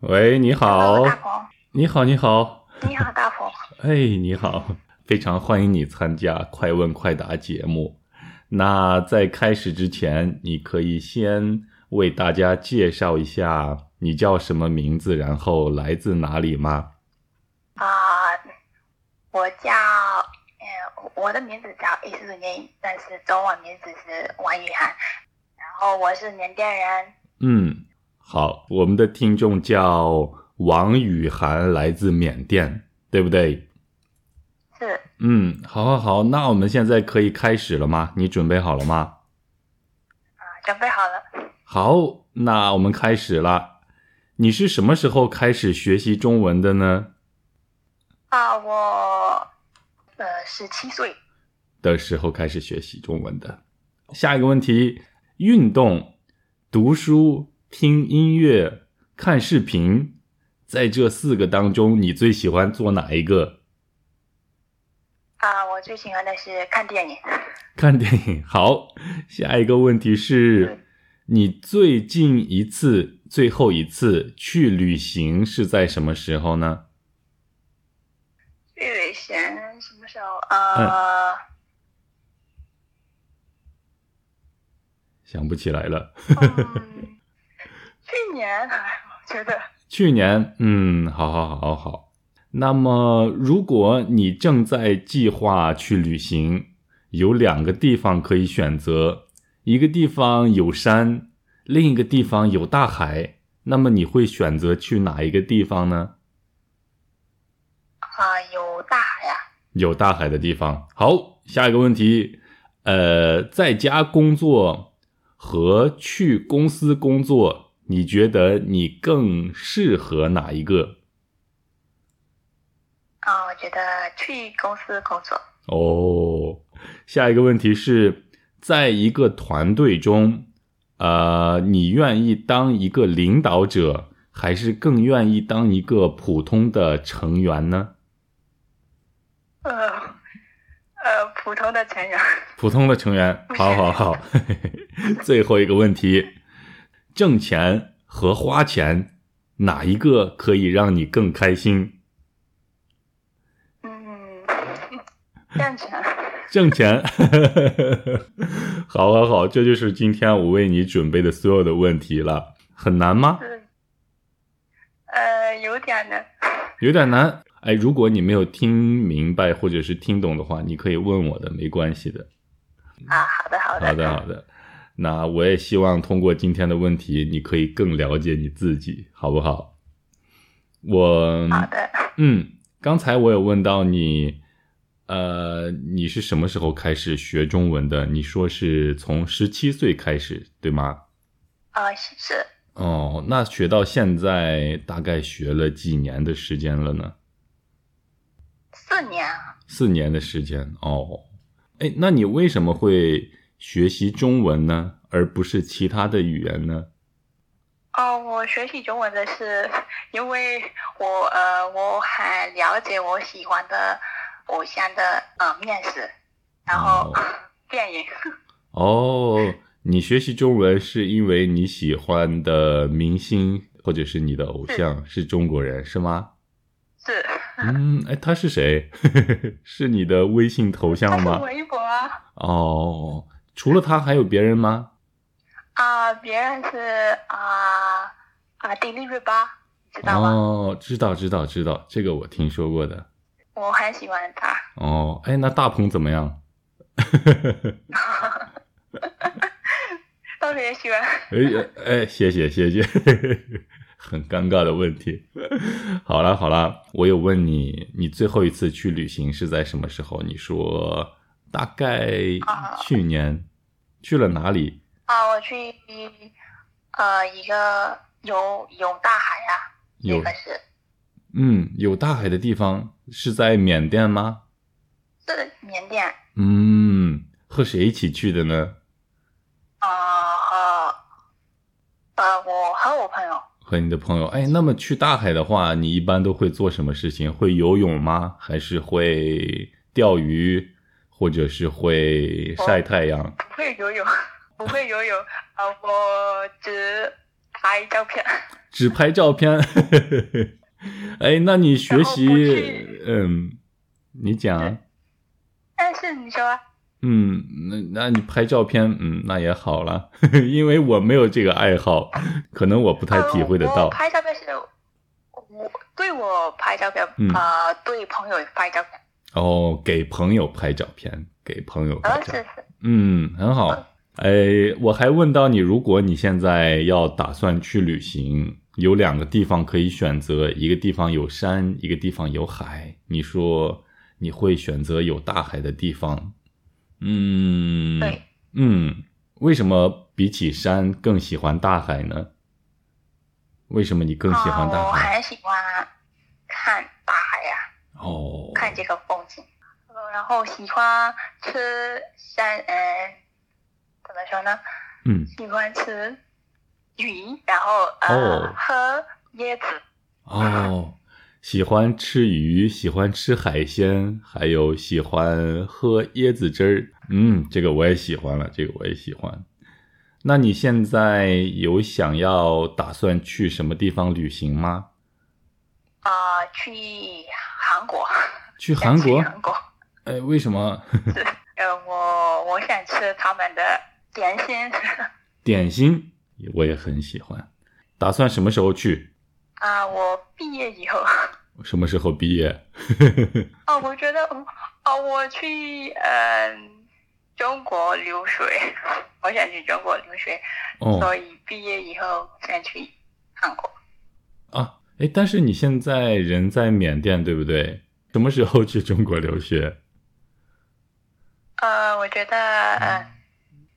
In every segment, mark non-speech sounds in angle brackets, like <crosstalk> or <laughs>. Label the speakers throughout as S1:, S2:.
S1: 喂，你好
S2: Hello，大佛，
S1: 你好，你好，
S2: 你好，大佛。
S1: 哎，你好，非常欢迎你参加《快问快答》节目。那在开始之前，你可以先为大家介绍一下你叫什么名字，然后来自哪里吗？
S2: 啊、我叫，呃，我的名字叫易素英，但是中文名字是王雨涵。然后我是缅甸人，
S1: 嗯，好，我们的听众叫王雨涵，来自缅甸，对不对？
S2: 是
S1: 嗯，好，好，好，那我们现在可以开始了吗？你准备好了吗？
S2: 啊、准备好了。
S1: 好，那我们开始了。你是什么时候开始学习中文的呢？
S2: 啊、我呃十七岁，
S1: 的时候开始学习中文的。下一个问题：运动、读书、听音乐、看视频，在这四个当中，你最喜欢做哪一个？
S2: 啊、我最喜欢的是看电影。
S1: 看电影。 <laughs> 好，下一个问题是，你最近一次、最后一次去旅行是在什么时候呢？
S2: 去旅行什么时候？呃，
S1: 想不起来了。
S2: 嗯，去年哎我觉得
S1: 去年，嗯，好好好好。那么，如果你正在计划去旅行，有两个地方可以选择，一个地方有山，另一个地方有大海，那么你会选择去哪一个地方呢？
S2: 啊、有大海呀、
S1: 有大海的地方。好，下一个问题，呃，在家工作和去公司工作，你觉得你更适合哪一个？
S2: 啊、我觉得去公司工作。
S1: 哦，下一个问题是，在一个团队中，呃，你愿意当一个领导者，还是更愿意当一个普通的成员呢？
S2: 呃，呃，普通的成人，
S1: 普通的成员，好好好。最后一个问题，挣钱和花钱，哪一个可以让你更开心？
S2: 嗯，赞成。
S1: 挣钱， <laughs> 好，好，好，这就是今天我为你准备的所有的问题了。很难吗？
S2: 是，嗯呃，有点的。
S1: 有点难。哎，如果你没有听明白或者是听懂的话，你可以问我的，没关系的。
S2: 啊，好的，好的，
S1: 好的，好的。那我也希望通过今天的问题，你可以更了解你自己，好不好？我
S2: 好的。
S1: 嗯，刚才我有问到你，呃，你是什么时候开始学中文的？你说是从十七岁开始，对吗？
S2: 啊，是是，
S1: 哦，那学到现在大概学了几年的时间了呢？
S2: 四年啊。
S1: 四年的时间哦。哎，那你为什么会学习中文呢，而不是其他的语言呢？
S2: 哦，我学习中文的是因为我呃，我很了解我喜欢的偶像的呃面试，然后、电影。
S1: 哦，你学习中文是因为你喜欢的明星或者是你的偶像是中国人是吗？
S2: 是，
S1: 嗯，哎，他是谁？ <laughs> 是你的微信头
S2: 他
S1: 像
S2: 是
S1: 吗？
S2: 微博啊，
S1: 哦，除了他还有别人吗？
S2: 啊别人是啊啊迪丽热巴，知道啊吗？
S1: 哦，知道知道知道，这个我听说过的。
S2: 我很喜欢他。
S1: 哦，哎，那大鹏怎么样？
S2: 特别喜欢。 <laughs>
S1: 哎哎，谢谢谢 <laughs> 谢，很尴尬的问题。好啦好啦，我有问你，你最后一次去旅行是在什么时候？你说大概
S2: 啊
S1: 去年，去了哪里？
S2: 啊，我去呃一个有有大海啊，
S1: 有
S2: 那个是
S1: 嗯，有大海的地方是在缅甸吗？
S2: 是缅甸
S1: 嗯，和谁一起去的呢？
S2: 啊和呃我和我朋友
S1: 和你的朋友。哎，那么去大海的话，你一般都会做什么事情？会游泳吗？还是会钓鱼，或者是会晒太阳？
S2: <laughs> 啊不会游泳，不会游泳，呃我只拍照片， <laughs>
S1: 只拍照片。 <laughs> 哎，那你学
S2: 然后不
S1: 习
S2: 去，
S1: 嗯，你讲啊，
S2: 但是你说啊
S1: 嗯，那那你拍照片，嗯，那也好了， <laughs> 因为我没有这个爱好，可能我不太体会得
S2: 呃、
S1: 到
S2: 我。拍照片是，我对我拍照片，
S1: 嗯
S2: 呃，对朋友拍照片，
S1: 哦，给朋友拍照片，给朋友
S2: 主
S1: 拍
S2: 要
S1: 照
S2: 是
S1: 片，嗯，很好。哎，我还问到你，如果你现在要打算去旅行，有两个地方可以选择，一个地方有山，一个地方有海。你说你会选择有大海的地方？嗯，
S2: 对，
S1: 嗯，为什么比起山更喜欢大海呢？为什么你更喜欢
S2: 啊
S1: 大
S2: 我
S1: 海？
S2: 很喜欢看大海啊呀、
S1: 哦，
S2: 看这个风景，呃然后喜欢吃山，呃，怎么说呢？
S1: 嗯，
S2: 喜欢吃鱼，然后呃、
S1: 哦
S2: 喝椰子，
S1: 哦，喜欢吃鱼，喜欢吃海鲜，还有喜欢喝椰子汁儿。嗯，这个我也喜欢了，这个我也喜欢。那你现在有想要打算去什么地方旅行吗？
S2: 啊、去韩国，
S1: 去韩
S2: 想
S1: 国
S2: 去？韩国，
S1: 哎，为什么？
S2: 对，呃，我我想吃他们的点心， <laughs>
S1: 点心我也很喜欢。打算什么时候去？
S2: 啊、我毕业以后，
S1: 什么时候毕业？
S2: 啊，我觉得，哦、我去，嗯、中国留学， <laughs> 我想去中国留学，
S1: 哦
S2: 所以毕业以后想去韩国。
S1: 啊，哎，但是你现在人在缅甸，对不对？什么时候去中国留学？
S2: 呃，我觉得，呃，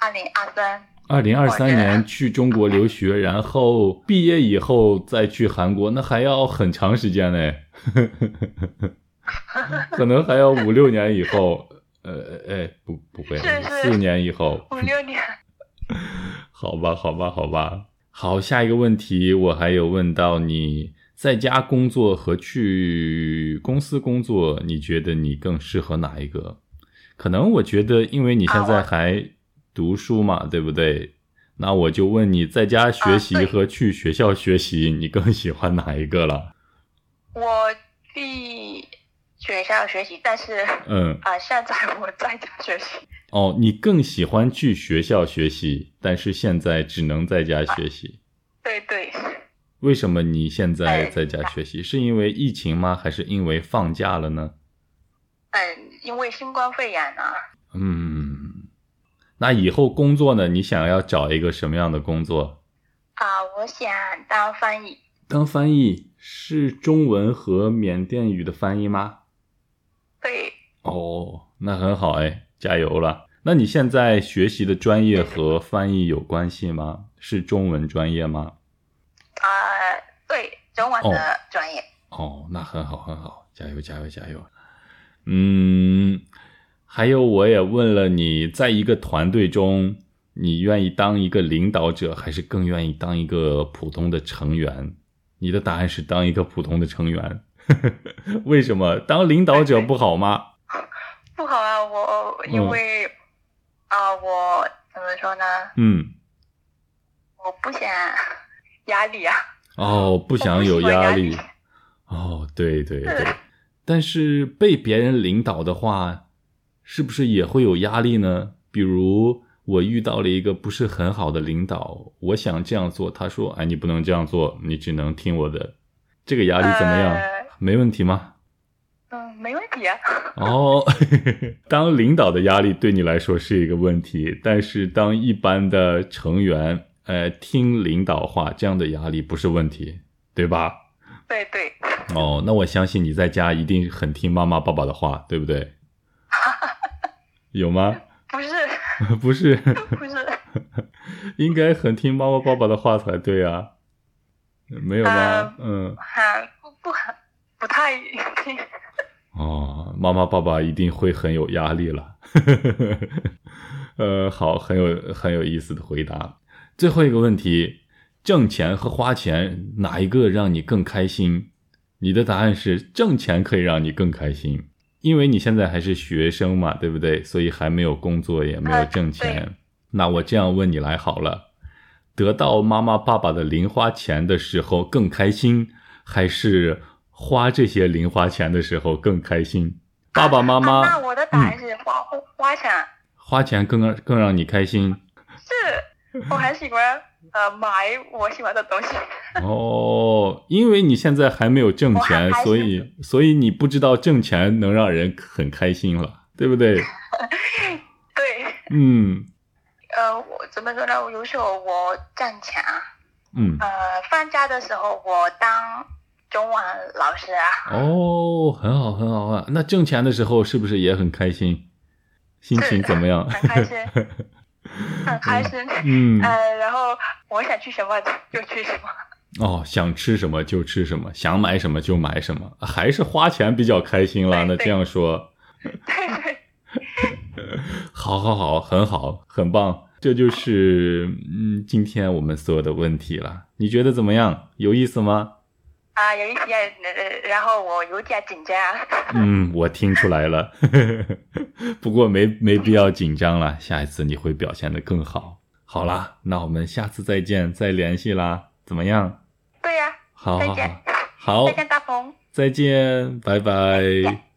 S2: 二零二三，
S1: 二零二
S2: 我
S1: 三
S2: 觉得
S1: 年去中国留学，然后毕业以后再去韩国，那还要很长时间
S2: <laughs>
S1: 嘞，可能还要五六年以后。呃，哎，不，不会，
S2: 是是
S1: 四年以后，
S2: 五六年，
S1: 好吧，好吧，好吧。好，下一个问题，我还有问到你在家工作和去公司工作，你觉得你更适合哪一个？可能我觉得，因为你现在
S2: 啊
S1: 还读书嘛，对不对？那我就问你，在家学习
S2: 啊对
S1: 和去学校学习，你更喜欢哪一个了？
S2: 我去学校学习，但是，
S1: 嗯，
S2: 啊、现在我在家学习。
S1: 哦，你更喜欢去学校学习，但是现在只能在家学习。
S2: 对对，
S1: 为什么你现在
S2: 哎
S1: 在家学习？是因为疫情吗？还是因为放假了呢？
S2: 嗯，因为新冠肺炎啊，
S1: 嗯，那以后工作呢？你想要找一个什么样的工作？
S2: 啊、我想当翻译，
S1: 当翻译是中文和缅甸语的翻译吗？
S2: 对，
S1: 哦，那很好哎，加油了！那你现在学习的专业和翻译有关系吗？是中文专业吗？
S2: 啊、对，中文的专业。
S1: 哦，那很好，很好，加油，加油，加油！嗯，还有我也问了你，在一个团队中，你愿意当一个领导者，还是更愿意当一个普通的成员？你的答案是当一个普通的成员， <laughs> 为什么？当领导者不好吗？
S2: 不好啊，我因
S1: 嗯
S2: 为啊、我怎么说呢？
S1: 嗯，
S2: 我不想压力啊，
S1: 哦，不想有
S2: 我不喜欢
S1: 压
S2: 压
S1: 力
S2: 力。
S1: 哦，对对对
S2: 嗯，
S1: 但是被别人领导的话，是不是也会有压力呢？比如我遇到了一个不是很好的领导，我想这样做，他说：“哎，你不能这样做，你只能听我的。”这个压力怎么样？
S2: 呃
S1: 没问题吗？
S2: 嗯，没问题啊。
S1: 哦， <laughs> 当领导的压力对你来说是一个问题，但是当一般的成员，呃，听领导话这样的压力不是问题，对吧？
S2: 对对，
S1: 哦，那我相信你在家一定很听妈妈爸爸的话，对不对？有吗？ <laughs>
S2: 不是
S1: 不是，
S2: 不是，
S1: 应该很听妈妈爸爸的话才对啊。没有吗
S2: 呃？
S1: 嗯，
S2: 还不不很不太 <laughs>
S1: 哦，妈妈爸爸一定会很有压力了。 <laughs> 呃，好，很有很有意思的回答。最后一个问题，挣钱和花钱哪一个让你更开心？你的答案是挣钱可以让你更开心，因为你现在还是学生嘛，对不对？所以还没有工作，也没有挣钱。那我这样问你来好了，得到妈妈爸爸的零花钱的时候更开心，还是花这些零花钱的时候更开心？爸爸妈妈，
S2: 啊那我的答案是花花花钱，
S1: 花钱更让更让你开心。
S2: 是我很喜欢呃买我喜欢的东西。 <laughs>
S1: 哦，因为你现在还没有挣钱，
S2: 我还
S1: 所以所以你不知道挣钱能让人很开心了，对不对？
S2: 对，
S1: 嗯
S2: 呃，我怎么说呢？有时候我挣钱， <laughs>
S1: 嗯，
S2: 呃，放假的时候我当中文老师啊，
S1: 哦，很好很好啊。那挣钱的时候是不是也很开心？心情怎么
S2: <laughs>
S1: 样？
S2: 很开心，很开心。
S1: 嗯，
S2: 呃，然后我想去什么就去什么。
S1: 哦，想吃什么就吃什么，想买什么就买什么，还是花钱比较开心了。
S2: 对
S1: 那
S2: 对
S1: 这样说，
S2: <laughs> 对对 <laughs>
S1: 好好好，很好，很棒。这就是嗯，今天我们所有的问题了。你觉得怎么样？有意思吗？
S2: 啊，有一些，呃然后我有点紧张啊。
S1: 嗯，我听出来了， <laughs> 不过没没必要紧张了，下一次你会表现得更好。好啦，那我们下次再见，再联系啦，怎么样？
S2: 对呀、
S1: 好
S2: 再
S1: 好
S2: 见
S1: 好，好
S2: 再，见，大鹏。
S1: 再见，拜拜。
S2: 见